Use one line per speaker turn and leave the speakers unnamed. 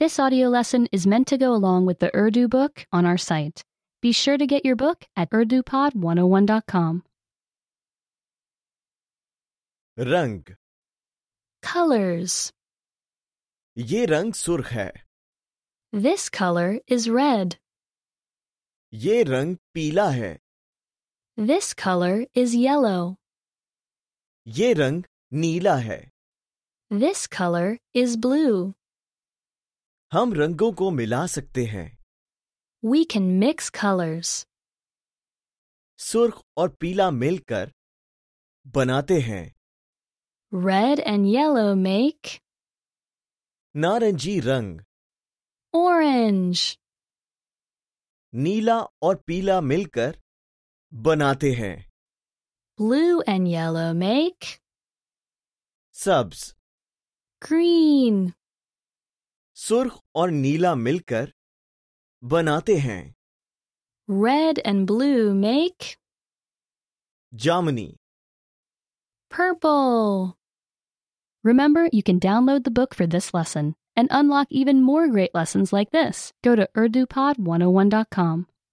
This audio lesson is meant to go along with the Urdu book on our site. Be sure to get your book at urdupod101.com.
रंग
Colors.
ये रंग सुर्ख है
This color is red.
ये रंग पीला है
This color is yellow.
ये रंग नीला है
This color is blue.
हम रंगों को मिला सकते हैं
We can mix colors.
सुर्ख और पीला मिलकर बनाते हैं
Red and yellow make
नारंगी रंग
orange.
नीला और पीला मिलकर बनाते हैं
Blue and yellow make
सब्ज
green.
सुर्ख और नीला मिलकर बनाते हैं
Red and blue make
जामनी
Purple. Remember, you can download the book for this oh lesson and unlock even more great lessons like this. Go to urdupod101.com.